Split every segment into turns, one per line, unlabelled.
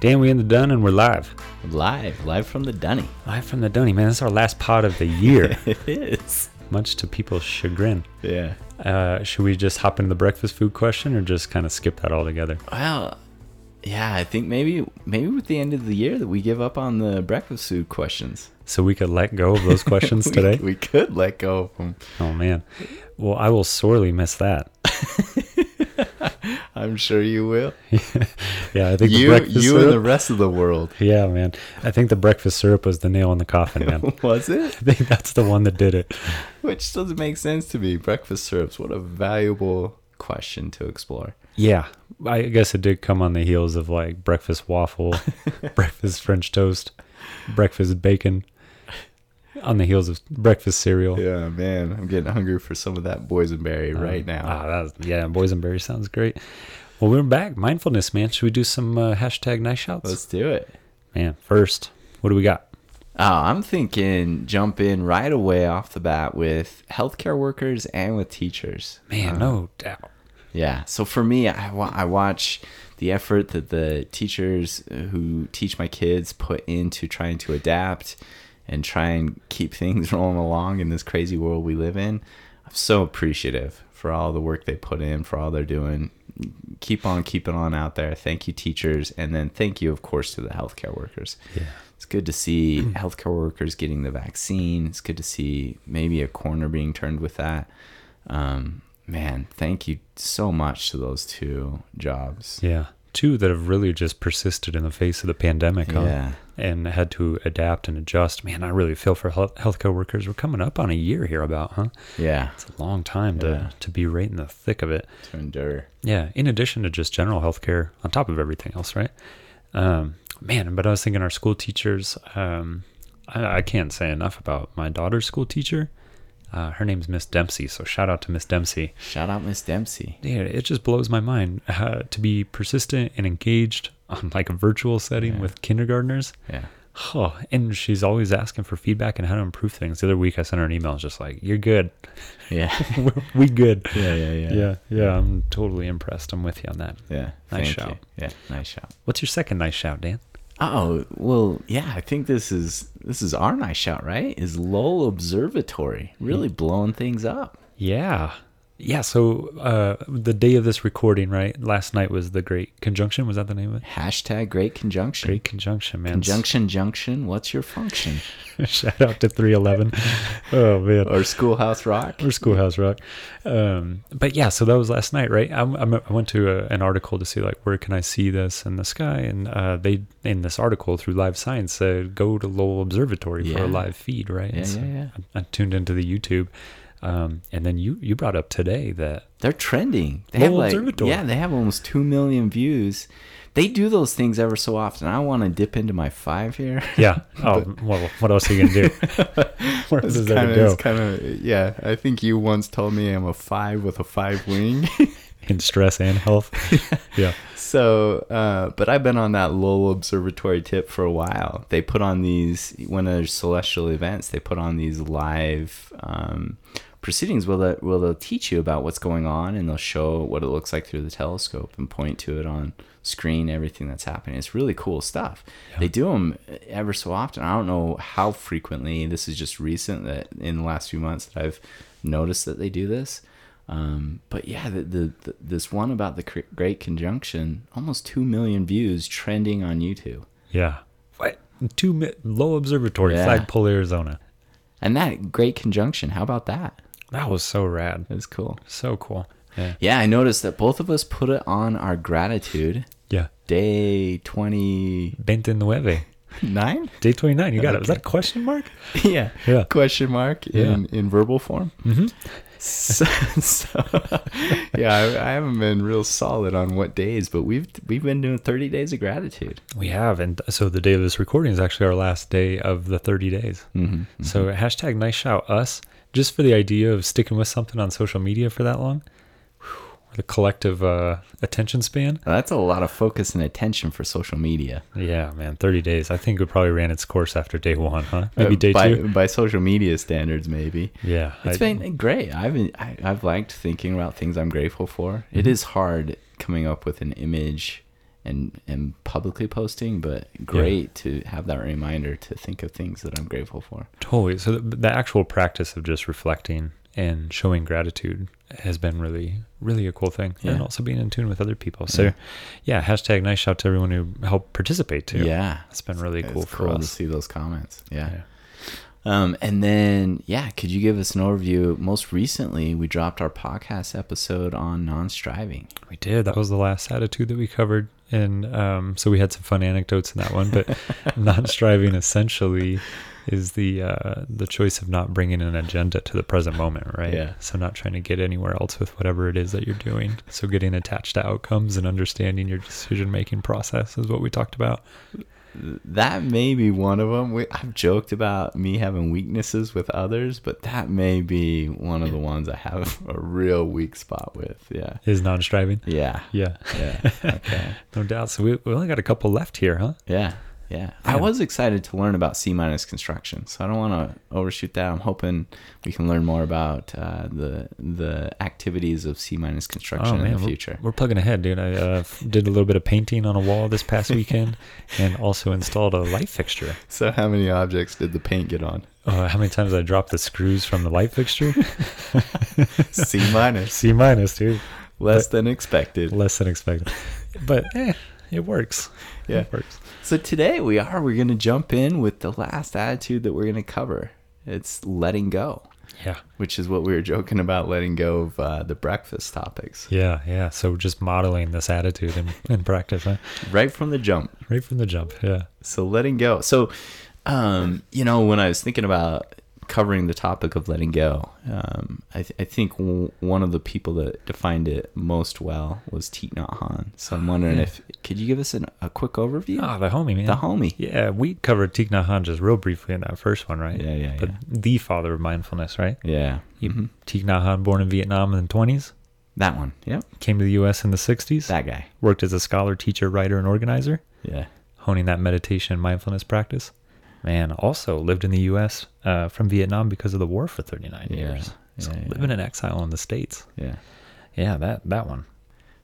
Dan, we in the dun and we're live.
Live, live from the dunny.
Live from the dunny, man. That's our last pod of the year,
It is.
much to people's chagrin.
Yeah.
Uh, should we just hop into the breakfast food question or just kind of skip that altogether?
Well, yeah, I think maybe maybe with the end of the year that we give up on the breakfast food questions.
So we could let go of those questions
We-
today?
We could let go of 'em.
Oh, man. Well, I will sorely miss that.
I'm sure you will.
Yeah, I think the
You
breakfast
you and the
syrup.
rest of the world.
yeah, man. I think the breakfast syrup was the nail in the coffin, man.
Was it?
I think that's the one that did it.
Which doesn't make sense to me. Breakfast syrups, what a valuable question to explore.
Yeah, I guess it did come on the heels of like breakfast waffle, breakfast French toast, breakfast bacon, on the heels of breakfast cereal.
Yeah, man. I'm getting hungry for some of that boysenberry right now.
Ah, that's yeah, boysenberry sounds great. Well, we're back. Mindfulness, man. Should we do some uh, hashtag nice shouts?
Let's do it.
man, first, what do we got?
Oh, I'm thinking jump in right away off the bat with healthcare workers and with teachers.
Man, no doubt.
Yeah. So for me, I, wa- I watch the effort that the teachers uh, who teach my kids put into trying to adapt and try and keep things rolling along in this crazy world we live in. I'm so appreciative for all the work they put in, for all they're doing. Keep on keeping on out there. Thank you, teachers. And then thank you, of course, to the healthcare workers. Yeah. It's good to see healthcare workers getting the vaccine. It's good to see maybe a corner being turned with that um, man, thank you so much to those two jobs.
Yeah, two that have really just persisted in the face of the pandemic. huh?
Yeah.
And had to adapt and adjust. Man, I really feel for health healthcare workers. We're coming up on a year here, about, huh?
Yeah,
It's a long time to,
Yeah.
to be right in the thick of it.
to endure.
Yeah. In addition to just general healthcare on top of everything else, right? Um, man, but I was thinking our school teachers, um, I, I can't say enough about my daughter's school teacher. Uh, her name's Miss Dempsey. So shout out to Miss Dempsey.
Shout out Miss Dempsey.
Yeah, it just blows my mind uh, to be persistent and engaged on like a virtual setting with kindergartners.
Yeah,
Oh, and she's always asking for feedback and how to improve things. The other week I sent her an email, just like, you're good.
yeah,
We're- we good.
yeah, yeah, yeah,
Yeah, yeah, I'm totally impressed. I'm with you on that.
Yeah,
Nice
thank
shout.
You. Yeah, nice shout.
What's your second nice shout, Dan?
Oh well, yeah. I think this is this is our nice shout, right? Is Lowell Observatory really blowing things up?
Yeah. Yeah, so uh, the day of this recording, right? Last night was the Great Conjunction. Was that the name of it?
Hashtag Great Conjunction.
Great Conjunction, man.
Conjunction Junction. What's your function?
Shout out to 311. oh, man.
Or Schoolhouse Rock?
or Schoolhouse Rock. Um, but yeah, so that was last night, right? I, I- I went to a, an article to see like where can I see this in the sky, and uh, they in this article through Live Science said go to Lowell Observatory for a
Yeah.
live feed, right? And
Yeah, yeah, yeah.
I, I tuned into the YouTube, um, and then you you brought up today that
They're trending. They
Lowell
have like,
Observatory.
Yeah, they have almost two million views. They do those things ever so often. I want to dip into my five here.
yeah. Oh well, what else are you gonna do? where does that go?
kind of yeah. I think you once told me I'm a five with a five wing.
In stress and health. yeah.
so, uh, but I've been on that Lowell Observatory tip for a while. They put on these when there's celestial events. They put on these live um, proceedings. Will they, will they'll teach you about what's going on and they'll show what it looks like through the telescope and point to it on screen. Everything that's happening. It's really cool stuff. They do them ever so often. I don't know how frequently. This is just recent that in the last few months that I've noticed that they do this. Um, but yeah, the, the, the this one about the cr- Great Conjunction, almost two million views trending on YouTube,
Yeah. What? Two mi- Lowell Observatory,
Yeah.
Flagpole, Arizona.
and that Great Conjunction. How about that?
That was so rad.
That was cool.
So cool. Yeah.
Yeah, I noticed that both of us put it on our gratitude
Yeah.
day twenty
nueve.
nine.
Day 29. You got it. Was that a question mark?
yeah.
Yeah.
Question mark in in verbal form. Mm-hmm. So, so yeah, I, I haven't been real solid on what days, but we've we've been doing thirty days of gratitude.
We have. And so the day of this recording is actually our last day of the 30 days. Mm-hmm. So hashtag nice shout us just for the idea of sticking with something on social media for that long. Whew, the collective uh, attention span.
Now, that's a lot of focus and attention for social media.
Yeah, man. 30 days. I think it probably ran its course after day one, huh? Maybe
Uh,
day
by,
two.
by social media standards maybe
Yeah.
It's
I-
been great i've I,
Mm-hmm.
i've liked thinking about things i'm grateful for It is hard coming up with an image and and publicly posting, but great to have that reminder to think of things that I'm grateful for.
Totally. So the, the actual practice of just reflecting and showing gratitude has been really, really a cool thing, and
Yeah.
also being in tune with other people. So, yeah.
Yeah.
hashtag nice shout to everyone who helped participate too.
Yeah,
it's been really
It's
cool for
to
us.
see those comments. Yeah.
Yeah.
Um, and then, yeah, could you give us an overview? Most recently, we dropped our podcast episode on non-striving.
We did. That was the last attitude that we covered. And um, so we had some fun anecdotes in that one. But not striving essentially is the uh, the choice of not bringing an agenda to the present moment, right?
Yeah.
So not trying to get anywhere else with whatever it is that you're doing. So getting attached to outcomes and understanding your decision making process is what we talked about.
That may be one of them. We, I've joked about me having weaknesses with others, but that may be one of the ones I have a real weak spot with. Yeah.
Is non striving.
Yeah.
Yeah.
Yeah. Okay.
No doubt. So we, we only got a couple left here, huh?
Yeah. Yeah. I
Yeah.
was excited to learn about C minus construction, so I don't want to overshoot that. I'm hoping we can learn more about uh, the the activities of C minus construction in the
Oh, we're-
future.
We're, plugging ahead, dude. I uh, f- did a little bit of painting on a wall this past weekend, and also installed a light fixture.
So, how many objects did the paint get on?
Uh, how many times I dropped the screws from the light fixture?
C minus,
C minus, dude.
less than expected.
Less than expected, but eh, it works.
Yeah.
it works.
So today we are we're gonna jump in with the last attitude that we're gonna cover. It's letting go,
Yeah,
which is what we were joking about letting go of uh, the breakfast topics
yeah, yeah. So just modeling this attitude in, in practice, huh?
right from the jump.
right from the jump. Yeah,
so letting go so um you know when i was thinking about covering the topic of letting go um i, th- I think w- one of the people that defined it most well was Thich Nhat Hanh. so i'm wondering if could you give us an, a quick overview
ah, the homie, man.
the homie
Yeah, we covered Thich Nhat Hanh just real briefly in that first one, right?
Yeah, yeah,
But
yeah. Mm-hmm.
the father of mindfulness, right?
yeah
He- Thich Nhat Hanh, born in Vietnam in the 20s,
that one yep
came to the U.S. in the 60s,
that guy
worked as a scholar, teacher, writer, and organizer.
yeah
honing that meditation and mindfulness practice. Man, also lived in the U.S. Uh, from Vietnam because of the war for 39
Yeah,
years. So
yeah, yeah.
living in exile in the states.
yeah
Yeah, that that one.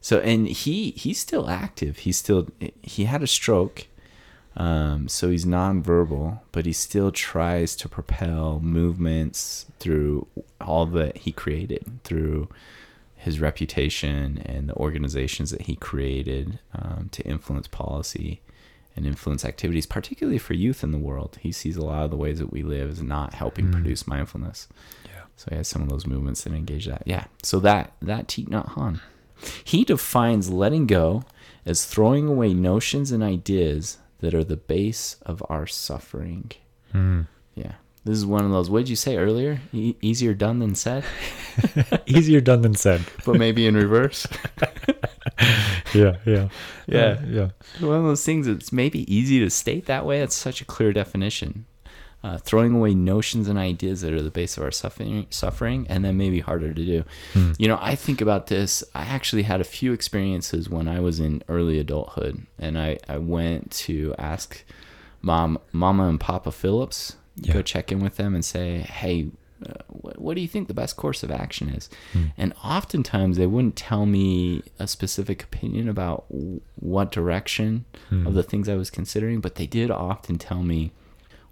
so and he he's still active he's still he had a stroke um, so he's nonverbal but he still tries to propel movements through all that he created through his reputation and the organizations that he created um, to influence policy and influence activities particularly for youth in the world he sees a lot of the ways that we live is not helping produce mindfulness
Yeah.
so he has some of those movements that engage that. Yeah. So that that Thich Nhat Hanh, he defines letting go as throwing away notions and ideas that are the base of our suffering. Hmm. Yeah. This is one of those. What did you say earlier? E- easier done than said,
Easier done than said.
but maybe in reverse.
Yeah, yeah,
Yeah.
Uh, yeah.
one of those things that's maybe easy to state that way. It's such a clear definition. Uh, throwing away notions and ideas that are the base of our suffering, suffering, and then maybe harder to do. You know, I think about this. I actually had a few experiences when I was in early adulthood, and I, I went to ask mom, Mama and Papa Phillips,
Yeah.
go check in with them and say, hey, uh, what, what do you think the best course of action is? And oftentimes they wouldn't tell me a specific opinion about w- what direction of the things I was considering, but they did often tell me,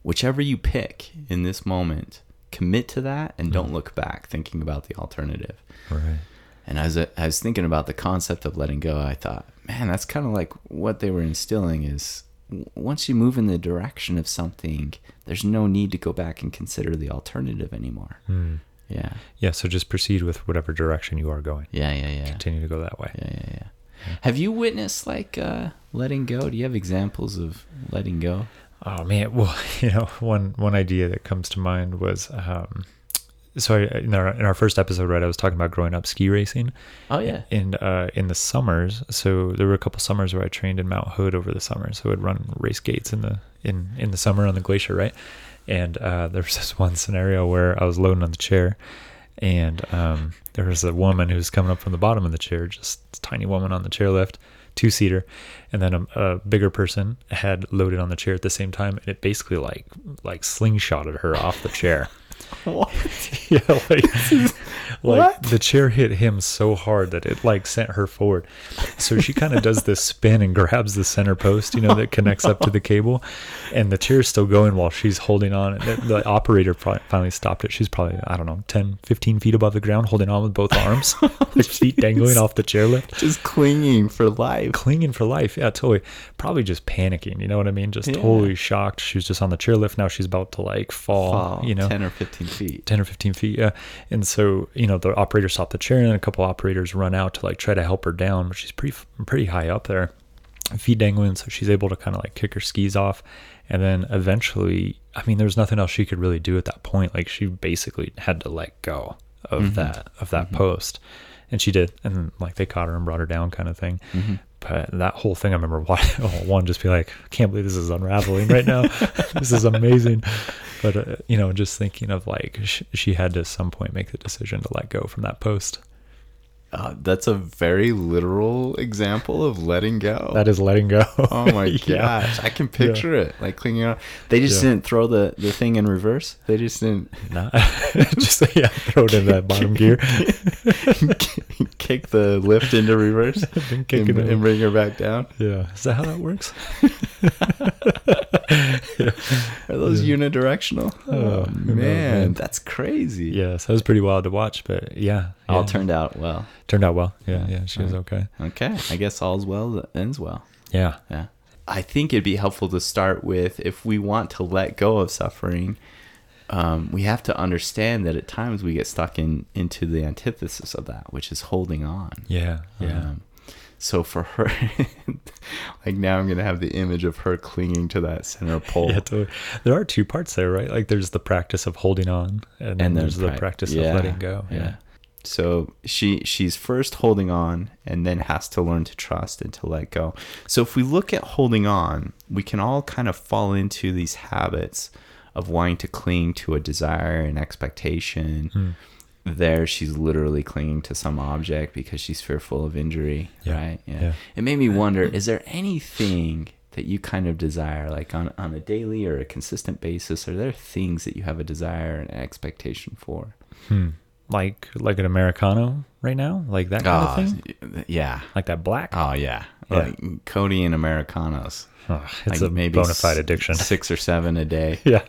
whichever you pick in this moment, commit to that and don't look back thinking about the alternative.
Right.
And as I, I was thinking about the concept of letting go, I thought, man, that's kind of like what they were instilling is w- once you move in the direction of something, there's no need to go back and consider the alternative anymore.
Hmm.
Yeah.
Yeah. So just proceed with whatever direction you are going.
Yeah, yeah, yeah.
Continue to go that way.
Yeah, yeah, yeah. Have you witnessed like uh, letting go? Do you have examples of letting go?
Oh man, well, you know, one one idea that comes to mind was um, so I, in our in our first episode, right? I was talking about growing up ski racing.
Oh, yeah.
In uh, in the summers, so there were a couple summers where I trained in Mount Hood over the summer. So I'd run race gates in the in in the summer on the glacier, right? And uh, there was this one scenario where I was loading on the chair, and um, there was a woman who was coming up from the bottom of the chair, just a tiny woman on the chairlift, two seater, and then a, a bigger person had loaded on the chair at the same time, and it basically like like slingshotted her off the chair. yeah, like, like
What?
the chair hit him so hard that it like sent her forward. So she kind of does this spin and grabs the center post, you know, that connects up to the cable, and the chair's still going while she's holding on. And the, the operator probably finally stopped it. She's probably I don't know 10, 15 feet above the ground, holding on with both arms, her feet dangling off the chairlift.
Just clinging for life.
Clinging for life, yeah, totally. Probably just panicking, you know what I mean? Just
Yeah.
totally shocked. She was just on the chairlift. Now she's about to like fall,
Fall
you know,
10 or 15 feet.
10 or 15 feet. Yeah. And so, you know, the operator stopped the chair and then a couple operators run out to like try to help her down, but she's pretty, pretty high up there, feet dangling. So she's able to kind of like kick her skis off. And then eventually, I mean, there was nothing else she could really do at that point. Like she basically had to let go of that, of that post. And she did. And like they caught her and brought her down kind of thing. But that whole thing, I remember watching one just be like, I can't believe this is unraveling right now. this is amazing. But, uh, you know, just thinking of like, sh- she had to at some point make the decision to let go from that post.
Uh, that's a very literal example of letting go.
That is letting go.
Oh my
Yeah.
gosh, I can picture it like clinging on. They just
Yeah.
didn't throw the, the thing in reverse. They just didn't
Nah. just yeah, throw it in that bottom gear.
kick the lift into reverse
Then kick it
and,
in.
and bring her back down.
Yeah. Is that how that works?
Are those unidirectional?
Oh,
Oh,
who knows,
man,
man.
that's crazy.
Yeah. So it was pretty wild to watch, but yeah.
All
yeah.
turned out well.
turned out well. Yeah. Yeah. She was okay.
Okay, I guess all's well that ends well.
Yeah.
Yeah. I think it'd be helpful to start with if we want to let go of suffering, um, we have to understand that at times we get stuck in into the antithesis of that, which is holding on.
Yeah. Yeah.
Um, so for her, like now I'm gonna have the image of her clinging to that center pole.
Yeah, totally. There are two parts there, right? Like there's the practice of holding on, and, then
then
there's the
prac-
practice
yeah,
of letting go. Yeah.
So she she's first holding on and then has to learn to trust and to let go. So if we look at holding on, we can all kind of fall into these habits of wanting to cling to a desire and expectation.
Hmm.
There she's literally clinging to some object because she's fearful of injury,
Yeah,
right?
yeah.
It made me wonder, is there anything that you kind of desire like on, on a daily or a consistent basis? Are there things that you have a desire and expectation for?
Like like an americano right now, like that kind
Ah,
of thing,
y- Uh, yeah.
like that black.
Oh yeah.
Yeah.
Like Cody and Americanos.
Ugh, it's
like
a bona fide
s-
addiction.
Six or seven a day.
yeah,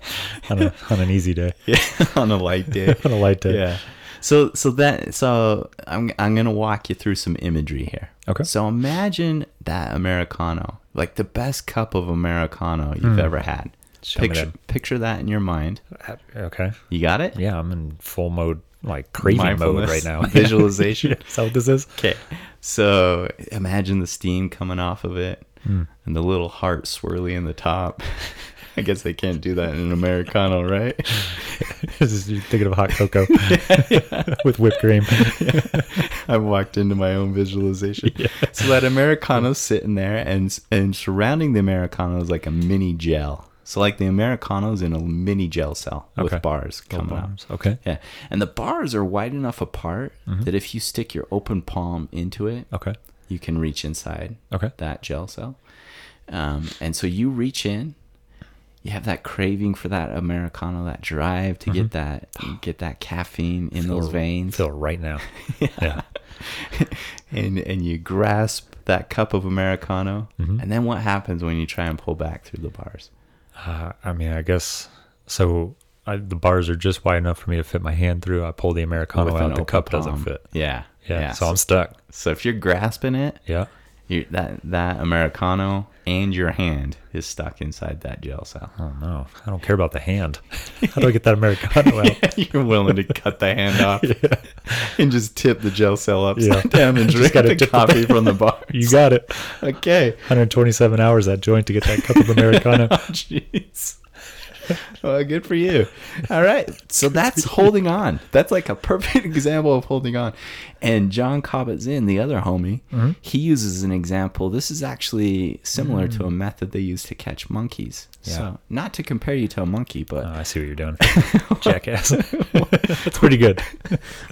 on, a, on an easy day,
Yeah. on a light day.
on a light day.
yeah. So so that so I'm I'm gonna walk you through some imagery here.
Okay.
So imagine that Americano, like the best cup of Americano you've ever had.
Hmm. Show me
picture picture that in your mind.
Uh, Okay.
You got it?
Yeah, I'm in full mode, like craving mode
Mindfulness,
right now.
visualization.
Yeah, Is that what this is?
Okay. So imagine the steam coming off of it and the little heart swirly in the top. I guess they can't do that in an Americano, right?
This is you're thinking of hot cocoa with whipped cream.
I walked into my own visualization. So that Americano's sitting there and and surrounding the Americano is like a mini gel. So like the Americano's in a mini gel cell
Okay.
with bars coming out.
Okay.
Yeah. And the bars are wide enough apart that if you stick your open palm into it,
Okay.
you can reach inside
Okay.
that gel cell. Um, and so you reach in, you have that craving for that americano, that drive to get that get that caffeine in those veins,
Mm-hmm. Feel right now. yeah.
and and you grasp that cup of americano.
Mm-hmm.
And then what happens when you try and pull back through the bars?
Uh, I mean, I guess so. I, the bars are just wide enough for me to fit my hand through. I pull the americano
With an
out, Oh, the
open
cup doesn't
palm.
fit.
Yeah,
Yeah, so I'm stuck.
so if you're grasping it,
Yeah,
you that that americano and your hand is stuck inside that gel cell.
I don't know. I don't care about the hand. How do I get that americano out?
You're willing to cut the hand off and just tip the gel cell upside
Yeah.
down and drink
gotta
the
tip it
coffee from the bar.
You got it.
Okay.
127 hours that joint to get that cup of americano.
Jeez. Well, good for you. All right. So that's holding on. That's like a perfect example of holding on. And John Cobbett Zinn, the other homie,
Mm-hmm.
he uses an example. This is actually similar to a method they use to catch monkeys.
Mm. Yeah.
So, not to compare you to a monkey, but
Oh, I see what you're doing, jackass. That's pretty good.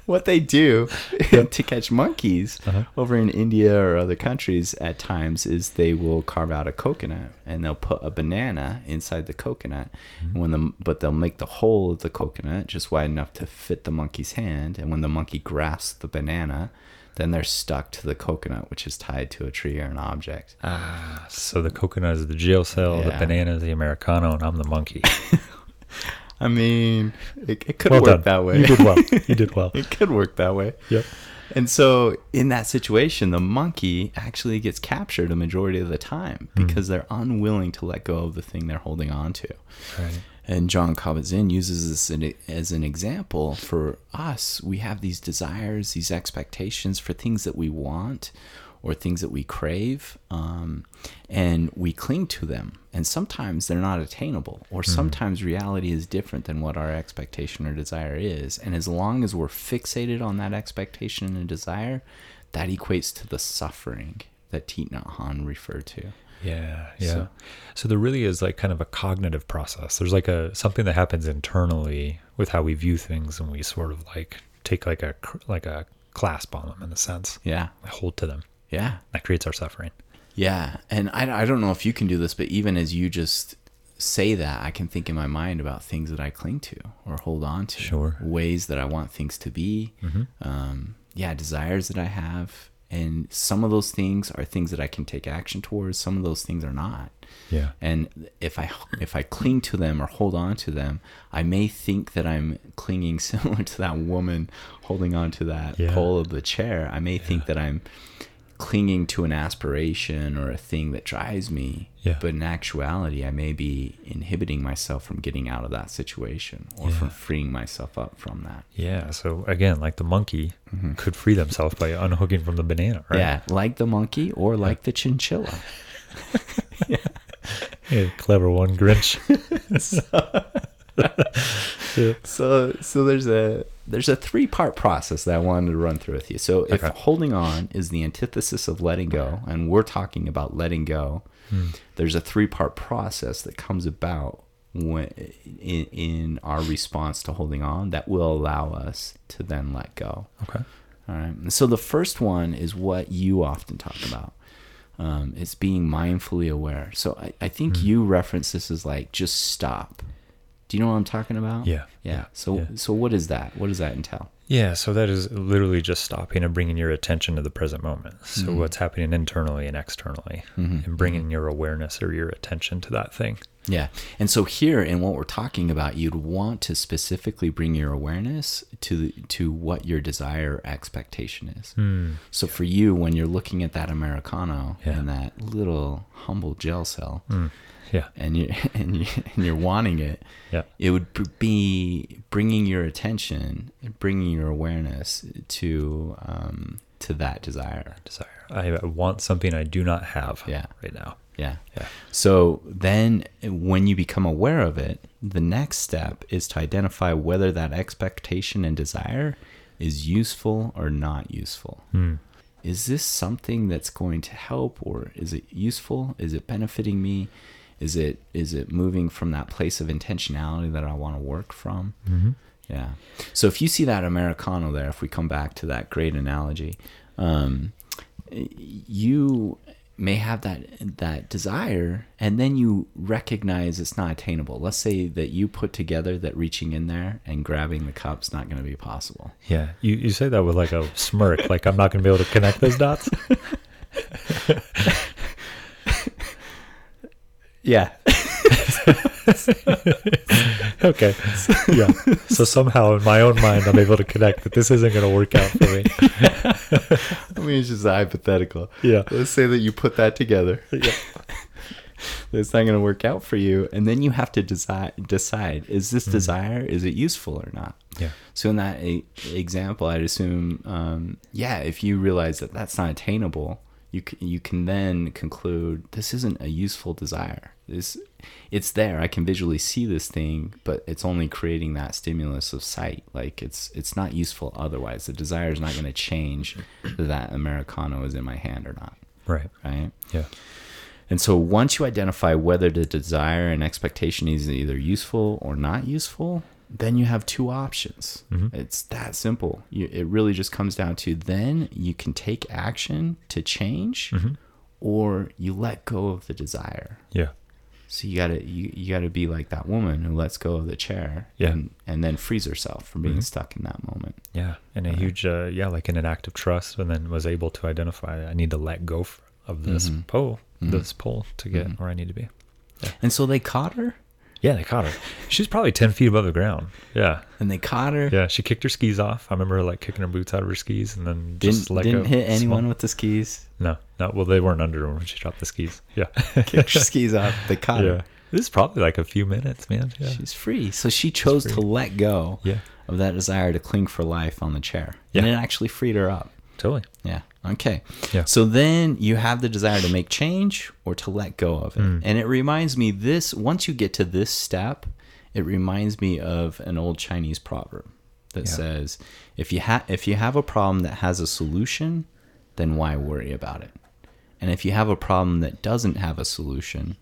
what they do to catch monkeys
Uh-huh.
over in India or other countries at times is they will carve out a coconut and they'll put a banana inside the coconut.
Mm-hmm.
And When the but they'll make the hole of the coconut just wide enough to fit the monkey's hand, and when the monkey grasps the banana, then they're stuck to the coconut, which is tied to a tree or an object.
Ah. So the coconut is the jail cell,
Yeah.
the banana is the americano, and I'm the monkey.
I mean, it, it could
Well done.
work that way.
You did well. You did well.
it could work that way.
yep.
And so, in that situation, the monkey actually gets captured a majority of the time because they're unwilling to let go of the thing they're holding on to.
Right.
And John Kabat-Zinn uses this in, e, as an example for us. We have these desires, these expectations for things that we want or things that we crave, um, and we cling to them. And sometimes they're not attainable, or sometimes reality is different than what our expectation or desire is. And as long as we're fixated on that expectation and desire, that equates to the suffering that Thich Nhat Hanh referred to.
Yeah, yeah.
So-
So, there really is like kind of a cognitive process. There's like a something that happens internally with how we view things, and we sort of like take like a cr- like a clasp on them in a sense,
Yeah,
We hold to them.
yeah.
That creates our suffering.
Yeah, and I, I don't know if you can do this, but even as you just say that, I can think in my mind about things that I cling to or hold on to.
Sure.
Ways that I want things to be. Um, yeah, desires that I have. And some of those things are things that I can take action towards, some of those things are not.
Yeah,
And if I if I cling to them or hold on to them, I may think that I'm clinging similar to that woman holding on to that
Yeah.
pole of the chair. I may think that I'm clinging to an aspiration or a thing that drives me.
Yeah.
But in actuality, I may be inhibiting myself from getting out of that situation or from freeing myself up from that.
yeah. So again, like the monkey could free themselves by unhooking from the banana, right?
Yeah, like the monkey or like the chinchilla.
Hey, clever one, Grinch. Yeah.
so so there's a there's a three part process that I wanted to run through with you. So if
Okay.
holding on is the antithesis of letting go, and we're talking about letting go, there's a three part process that comes about when in, in our response to holding on that will allow us to then let go.
Okay.
All right. And So the first one is what you often talk about. Um, it's being mindfully aware. So I, I think you reference this as like just stop. Do you know what I'm talking about?
Yeah.
Yeah. So
Yeah.
so what is that? What does that entail?
Yeah, so that is literally just stopping and bringing your attention to the present moment. So what's happening internally and externally, and bringing your awareness or your attention to that thing.
Yeah. And so here in what we're talking about, you'd want to specifically bring your awareness to to what your desire expectation is. So for you, when you're looking at that Americano
Yeah.
and that little humble gel cell,
Yeah,
and you and you and you're wanting it,
yeah,
it would b- be bringing your attention, bringing your awareness to um, to that desire.
desire. I want something I do not have.
Yeah.
right now.
Yeah.
Yeah.
So then, when you become aware of it, the next step is to identify whether that expectation and desire is useful or not useful. Is this something that's going to help, or is it useful? Is it benefiting me? Is it is it moving from that place of intentionality that I want to work from? Yeah. So if you see that Americano there, if we come back to that great analogy, um, you may have that that desire and then you recognize it's not attainable let's say that you put together that reaching in there and grabbing the cup's not going to be possible
Yeah, you you say that with like a smirk, like I'm not going to be able to connect those dots.
yeah
okay, yeah. So somehow in my own mind, I'm able to connect that this isn't going to work out for me.
i mean it's just hypothetical
Yeah.
let's say that you put that together it's not going to work out for you and then you have to decide decide is this desire is it useful or not
Yeah,
So in that e example, I'd assume, um, yeah, if you realize that that's not attainable, you c- you can then conclude this isn't a useful desire. This it's there. I can visually see this thing, but it's only creating that stimulus of sight. Like it's it's not useful otherwise. The desire is not going to change that americano is in my hand or not,
right.
right?
Yeah,
And so once you identify whether the desire and expectation is either useful or not useful, then you have two options. It's that simple. You, it really just comes down to then you can take action to change or you let go of the desire.
Yeah.
So you gotta you, you gotta be like that woman who lets go of the chair
Yeah.
and, and then frees herself from being stuck in that moment.
Yeah, and a huge, uh, yeah, like in an act of trust, and then was able to identify I need to let go f- of this pole, this pole to get where I need to be.
And so they caught her
Yeah, they caught her. She's probably ten feet above the ground. Yeah,
and they caught her.
yeah. She kicked her skis off. I remember her like kicking her boots out of her skis, and then
Didn't,
just let
didn't
go.
hit anyone
Swung.
with the skis.
No, no. Well, they weren't under her when she dropped the skis. Yeah,
Kicked her skis off. They caught
yeah.
her.
This is probably like a few minutes, man. Yeah,
She's free. So she chose to let go
Yeah.
of that desire to cling for life on the chair. And
Yeah.
it actually freed her up.
totally.
Yeah. Okay.
Yeah.
So then you have the desire to make change or to let go of it.
Mm.
And it reminds me this once you get to this step, it reminds me of an old Chinese proverb that says if you ha- if you have a problem that has a solution, then why worry about it? And if you have a problem that doesn't have a solution,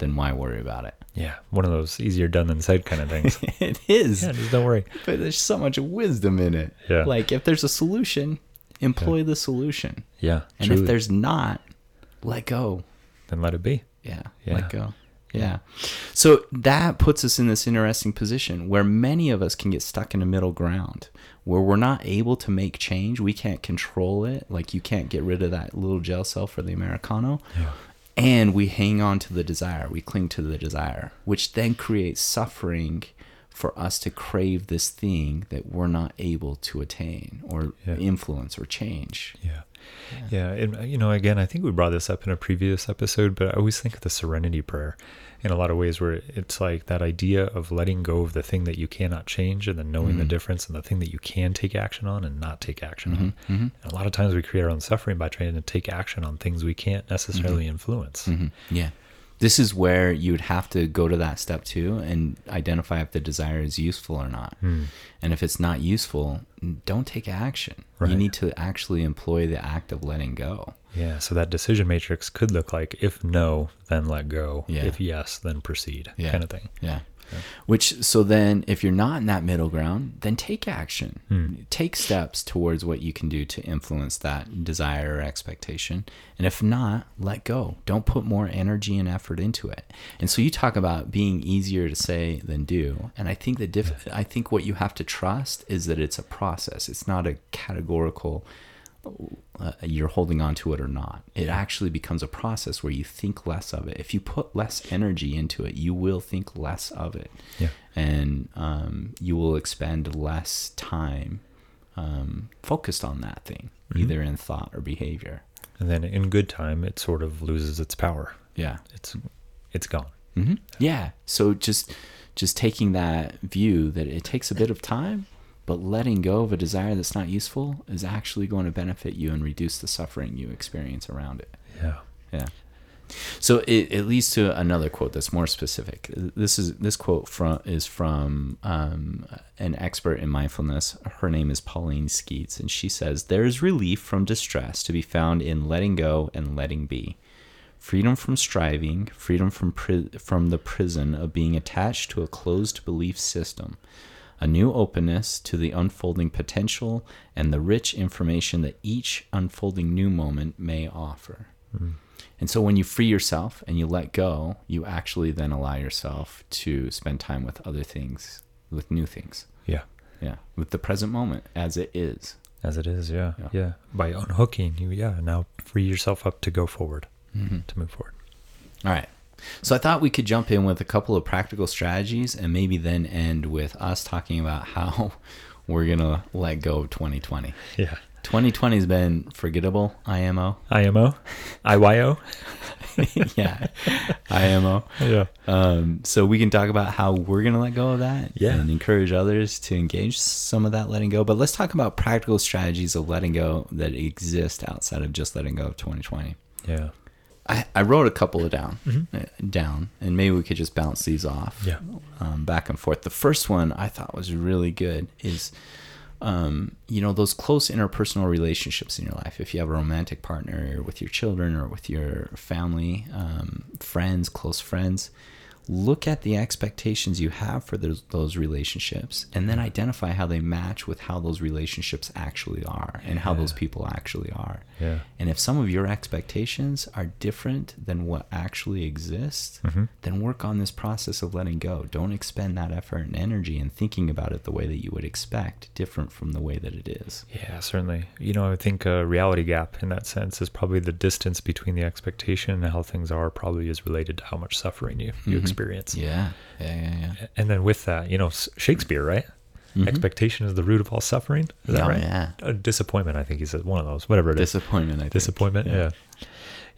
then why worry about it?
Yeah, one of those easier done than said kind of things.
It is.
yeah, just don't worry.
But there's so much wisdom in it.
Yeah.
Like if there's a solution, employ the solution.
Yeah,
And
truly.
if there's not, let go.
then let it be.
Yeah,
Yeah.
let go. Yeah. So that puts us in this interesting position where many of us can get stuck in a middle ground where we're not able to make change. We can't control it. Like you can't get rid of that little gel cell for the Americano. And we hang on to the desire. We cling to the desire, which then creates suffering for us to crave this thing that we're not able to attain or
Yeah.
influence or change.
Yeah. Yeah. And, uh, you know, again, I think we brought this up in a previous episode, but I always think of the serenity prayer in a lot of ways where it's like that idea of letting go of the thing that you cannot change and then knowing the difference and the thing that you can take action on and not take action on. And a lot of times we create our own suffering by trying to take action on things we can't necessarily influence.
Mm. Yeah. This is where you would have to go to that step too and identify if the desire is useful or not.
Hmm.
And if it's not useful, don't take action.
Right.
You need to actually employ the act of letting go.
Yeah. So that decision matrix could look like if no, then let go.
Yeah.
If yes, then proceed
Yeah.
kind of thing.
Yeah. Which, so then if you're not in that middle ground, then take action. Take steps towards what you can do to influence that desire or expectation. And if not, let go. Don't put more energy and effort into it. And so you talk about being easier to say than do. And I think the diff- I think what you have to trust is that it's a process, it's not a categorical uh, you're holding on to it or not. It actually becomes a process where you think less of it. If you put less energy into it, you will think less of it.
Yeah.
And um, you will expend less time um, focused on that thing, either in thought or behavior.
And then in good time, it sort of loses its power.
Yeah.
It's, it's gone.
hmm Yeah. So just just taking that view that it takes a bit of time, but letting go of a desire that's not useful is actually going to benefit you and reduce the suffering you experience around it.
Yeah.
Yeah. So it, it leads to another quote that's more specific. This is this quote from is from um, an expert in mindfulness. Her name is Pauline Skeets, and she says there is relief from distress to be found in letting go and letting be, freedom from striving, freedom from pri- from the prison of being attached to a closed belief system, a new openness to the unfolding potential and the rich information that each unfolding new moment may offer. And so when you free yourself and you let go, you actually then allow yourself to spend time with other things, with new things.
Yeah.
Yeah. With the present moment as it is.
As it is, yeah, yeah.
Yeah.
By unhooking, you yeah now free yourself up to go forward, to move forward.
All right. So I thought we could jump in with a couple of practical strategies and maybe then end with us talking about how we're going to let go of 2020.
Yeah.
2020 has been forgettable, IMO.
IMO, IYO.
yeah. IMO.
Yeah.
Um, so we can talk about how we're going to let go of that
Yeah.
and encourage others to engage some of that letting go. But let's talk about practical strategies of letting go that exist outside of just letting go of 2020.
Yeah.
I, I wrote a couple of down, uh, down, and maybe we could just bounce these off
Yeah.
um, back and forth. The first one I thought was really good is um, you know, those close interpersonal relationships in your life. If you have a romantic partner or with your children or with your family, um, friends, close friends, look at the expectations you have for those, those relationships and then identify how they match with how those relationships actually are and how those people actually are.
Yeah.
And if some of your expectations are different than what actually exists, then work on this process of letting go. Don't expend that effort and energy in thinking about it the way that you would expect, different from the way that it is.
Yeah, certainly. You know, I think a reality gap in that sense is probably the distance between the expectation and how things are probably is related to how much suffering you, you experience.
Yeah. Yeah. Yeah. yeah.
And then with that, you know, S- Shakespeare, right? Mm-hmm. Expectation is the root of all suffering. Is that
Yeah,
right?
yeah.
Uh, disappointment, I think he said one of those, whatever it is.
Disappointment, I think.
disappointment yeah.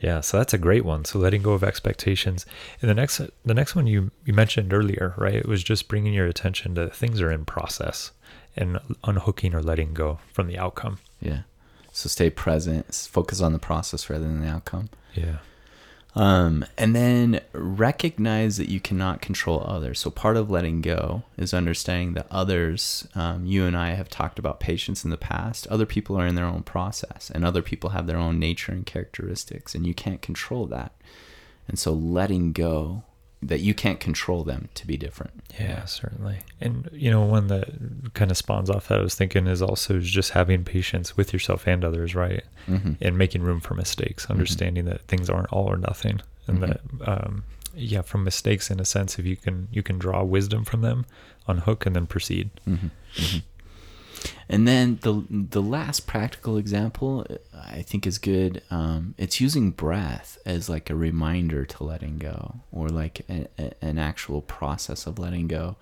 yeah so that's a great one so letting go of expectations and the next the next one you you mentioned earlier right it was just bringing your attention to things are in process and unhooking or letting go from the outcome
Yeah. So stay present, s- focus on the process rather than the outcome.
yeah
Um, and then recognize that you cannot control others. So part of letting go is understanding that others, um, you and I have talked about patience in the past. Other people are in their own process, and other people have their own nature and characteristics, and you can't control that. And so letting go that you can't control them to be different.
yeah certainly and you know one that kind of spawns off that i was thinking is also just having patience with yourself and others right and making room for mistakes understanding that things aren't all or nothing and that um, yeah from mistakes in a sense if you can you can draw wisdom from them unhook and then proceed
And then the the last practical example I think is good. Um, it's using breath as like a reminder to letting go, or like a, a- an actual process of letting go,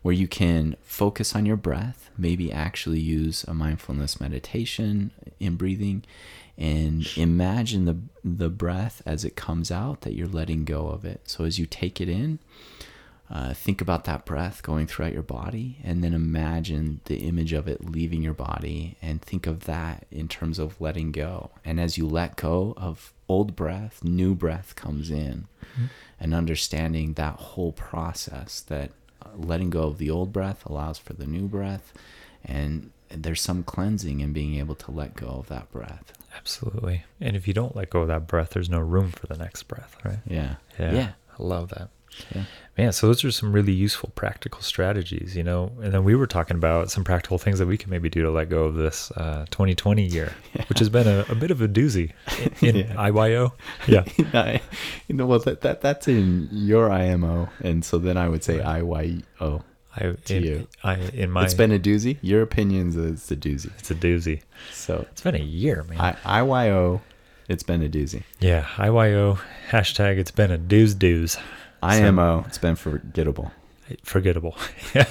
where you can focus on your breath. Maybe actually use a mindfulness meditation in breathing, and imagine the the breath as it comes out that you're letting go of it. So as you take it in, uh, think about that breath going throughout your body and then imagine the image of it leaving your body and think of that in terms of letting go. And as you let go of old breath, new breath comes in and understanding that whole process that uh, letting go of the old breath allows for the new breath. And there's some cleansing in being able to let go of that breath.
Absolutely. And if you don't let go of that breath, there's no room for the next breath, right?
Yeah.
I love that.
Yeah.
Man, so those are some really useful practical strategies, you know. And then we were talking about some practical things that we can maybe do to let go of this uh, 2020 year, which has been a, a bit of a doozy in
Yeah.
IYO. Yeah.
I, you know, well, that, that that's in your IMO, and so then I would say IYO.
I,
To
in,
you.
I, in my,
it's been a doozy. Your opinions is a doozy.
it's a doozy.
So
It's been a year, man.
I, IYO, it's been a doozy.
yeah. IYO, hashtag it's been a dooz dooz.
IMO, it's been forgettable.
Forgettable.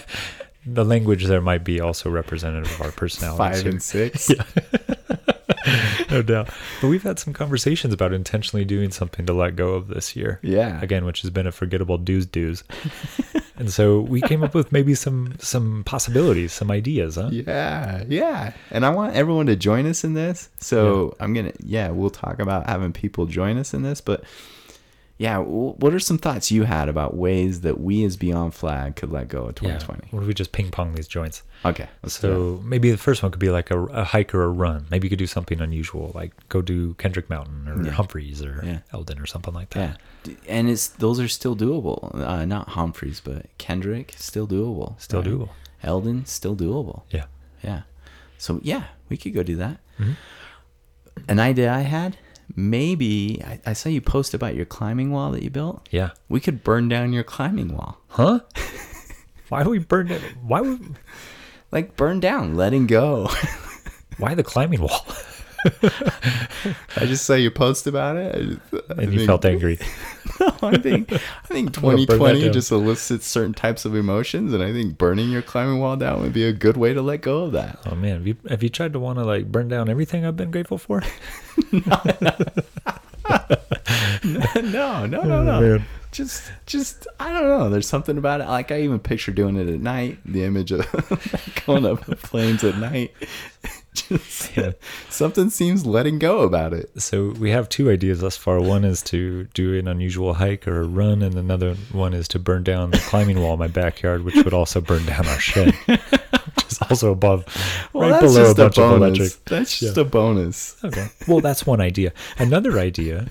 the language there might be also representative of our personality.
Five and six. yeah.
no doubt. But we've had some conversations about intentionally doing something to let go of this year.
Yeah.
Again, which has been a forgettable do's do's. and so we came up with maybe some some possibilities, some ideas, huh?
Yeah, yeah. And I want everyone to join us in this. So I'm going to, yeah, we'll talk about having people join us in this. But yeah, w- what are some thoughts you had about ways that we as Beyond Flag could let go of 2020?
What if we just ping pong these joints?
Okay. let's do
So maybe the first one could be like a, a hike or a run. Maybe you could do something unusual, like go do Kendrick Mountain or Humphreys or
Yeah.
Eldon or something like
Yeah,
that.
D- and it's those are still doable. Uh, not Humphreys, but Kendrick still doable.
Still doable.
Eldon still doable.
Yeah.
Yeah. So yeah, we could go do that.
Mm-hmm.
An idea I had, maybe I, I saw you post about your climbing wall that you built.
Yeah.
We could burn down your climbing wall.
Huh? why would we burn it? Why would
Like burn down, letting go.
why the climbing wall?
I just saw you post about it. I just- I
and you
think-
felt angry.
I think I think
gonna burn that
2020
down.
just elicits certain types of emotions, and I think burning your climbing wall down would be a good way to let go of that.
Oh man, have you have you tried to want to like burn down everything I've been grateful for?
no, no, no, no.
Oh, man.
Just, just I don't know. There's something about it. Like I even picture doing it at night. The image of going up in flames at night. Just
Yeah.
something seems letting go about it.
So we have two ideas thus far. One is to do an unusual hike or a run, and another one is to burn down the climbing wall in my backyard, which would also burn down our shed. Just also above,
Well,
right
that's
below a
just a
bunch of
bonus.
electric.
That's just
Yeah.
a bonus.
Okay. Well, that's one idea. Another idea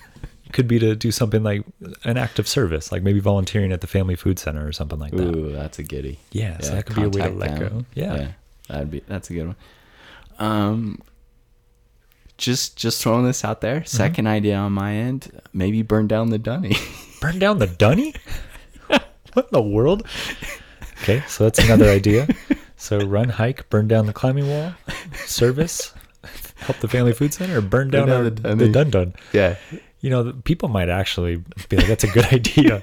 could be to do something like an act of service, like maybe volunteering at the family food center or something like that.
Ooh, that's a goodie.
Yeah, so that could be a way to
contact
let
them.
go. Yeah.
that'd be that's a good one. Um, just just throwing this out
Mm-hmm.
there. Second idea on my end, maybe burn down the dunny.
Burn down the dunny? what in the world? Okay, so that's another idea. So run, hike, burn down the climbing wall, service, help the family food center, or burn down,
down
our,
the
the
dunny.
dun dun.
yeah,
You know, the- people might actually be like, "That's a good idea.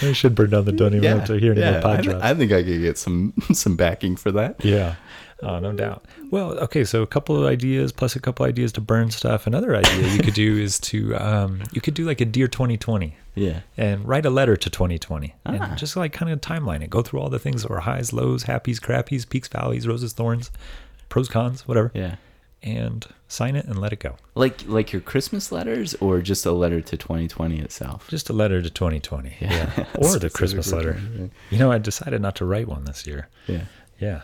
we should burn down the dunny yeah, after hearing yeah,
yeah.
the pod
I,
drops."
I think I could get some some backing for that.
Yeah. Oh, no doubt. Well, okay, so a couple of ideas plus a couple ideas to burn stuff. Another idea you could do is to um, you could do like a dear 2020
Yeah,
and write a letter to 2020
Ah.
and just like kind of timeline it. Go through all the things that were highs, lows, happies, crappies, peaks, valleys, roses, thorns, pros, cons, whatever,
yeah.
and sign it and let it go.
Like like your Christmas letters, or just a letter to 2020 itself.
Just a letter to 2020. Yeah. Or the Christmas letter. You know, I decided not to write one this year.
Yeah.
Yeah.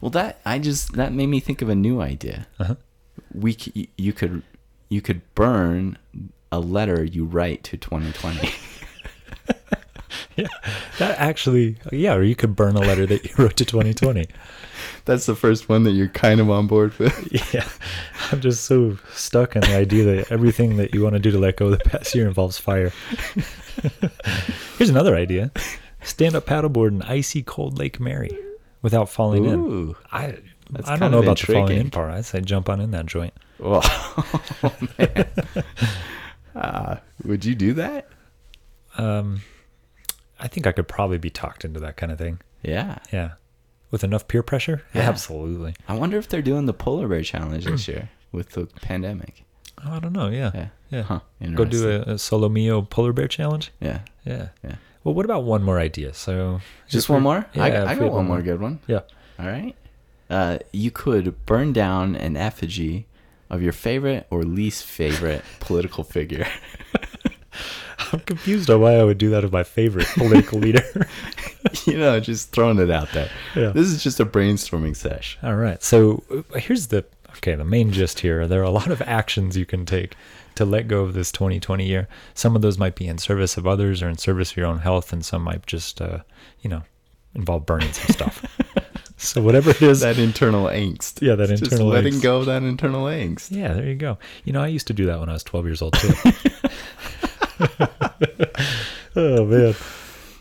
Well, that I just that made me think of a new idea.
Uh-huh.
We c- you could you could burn a letter you write to 2020.
Yeah. That actually, yeah, or you could burn a letter that you wrote to 2020.
That's the first one that you're kind of on board with.
Yeah, I'm just so stuck on the idea that everything that you want to do to let go of the past year involves fire. Here's another idea: stand up paddleboard in icy cold Lake Mary without falling in.
Ooh.
I
That's
I don't
kind
know
of
about the falling
intriguing.
in part. I'd say jump on in that joint.
Well, oh, man. Uh, would you do that?
Um, I think I could probably be talked into that kind of thing.
Yeah.
Yeah, with enough peer pressure,
Yeah.
absolutely.
I wonder if they're doing the polar bear challenge this year with the pandemic.
Oh, I don't know. Yeah,
Yeah.
yeah.
Huh.
Go do
Interesting.
a, a solo mio polar bear challenge.
Yeah.
Yeah.
Yeah.
Well, what about one more idea? So
Just
if we're-
one more? I,
Yeah,
I
if
got
we-
one more good one.
Yeah.
All right. Uh, you could burn down an effigy of your favorite or least favorite political figure.
I'm confused on why I would do that of my favorite political leader.
you know, just throwing it out there.
Yeah.
This is just a brainstorming sesh.
All right. So uh, here's the okay, the main gist here. There are a lot of actions you can take to let go of this 2020 year. Some of those might be in service of others or in service of your own health, and some might just, uh, you know, involve burning some stuff. so whatever it is,
That internal angst.
Yeah, that
It's
internal
just letting
angst.
go of that internal angst.
yeah, there you go. You know, I used to do that when I was 12 years old too. oh man.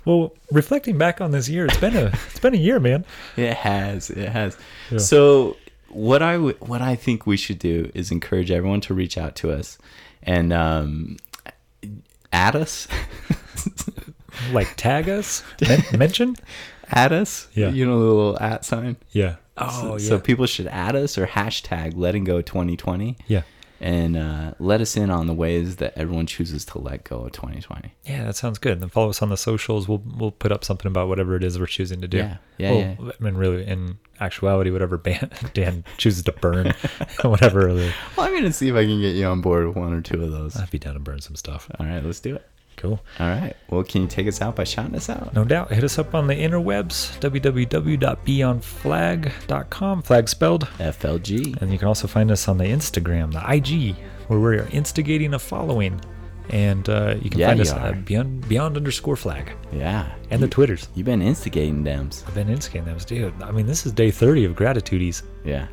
Well, reflecting back on this year, it's been a it's been a year, man.
It has. It has.
Yeah.
So what I w- what I think we should do is encourage everyone to reach out to us and um, at us,
like tag us, men- mention.
at us.
Yeah. Oh,
You know the little at sign.
Yeah.
so, so people should add us or hashtag letting go 2020
yeah.
and uh, let us in on the ways that everyone chooses to let go of 2020.
Yeah, that sounds good. Then follow us on the socials. We'll we'll put up something about whatever it is we're choosing to do.
Yeah. Yeah,
Well, I mean, really, in actuality, whatever ban- Dan chooses to burn, whatever. the-
Well, I'm going to see if I can get you on board with one or two of those.
I'd be down to burn some stuff.
All right, let's do it.
Cool.
All right. Well, can you take us out by shouting us out?
No doubt. Hit us up on the interwebs, www.beyondflag.com, flag spelled.
FLG.
And you can also find us on the Instagram, the IG, where we're instigating a following. And uh, you can
Yeah,
find
you
us
are.
at beyond, beyond underscore flag
Yeah.
and the Twitters.
You've been instigating dems.
I've been instigating those, dude. I mean, this is day 30 of gratitudes.
Yeah.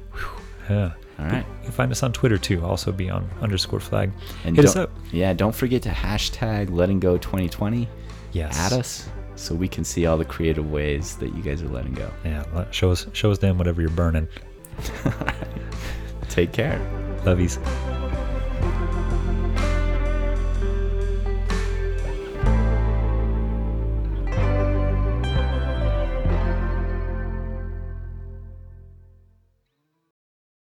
Yeah.
All right.
You can find us on Twitter too, also be on underscore flag.
And
Hit us
don't-
up.
Yeah, don't forget to hashtag letting go 2020
Yes.
at us so we can see all the creative ways that you guys are letting go.
Yeah. let- Show us, show us damn whatever you're burning.
Take care.
Lovies.
Bye.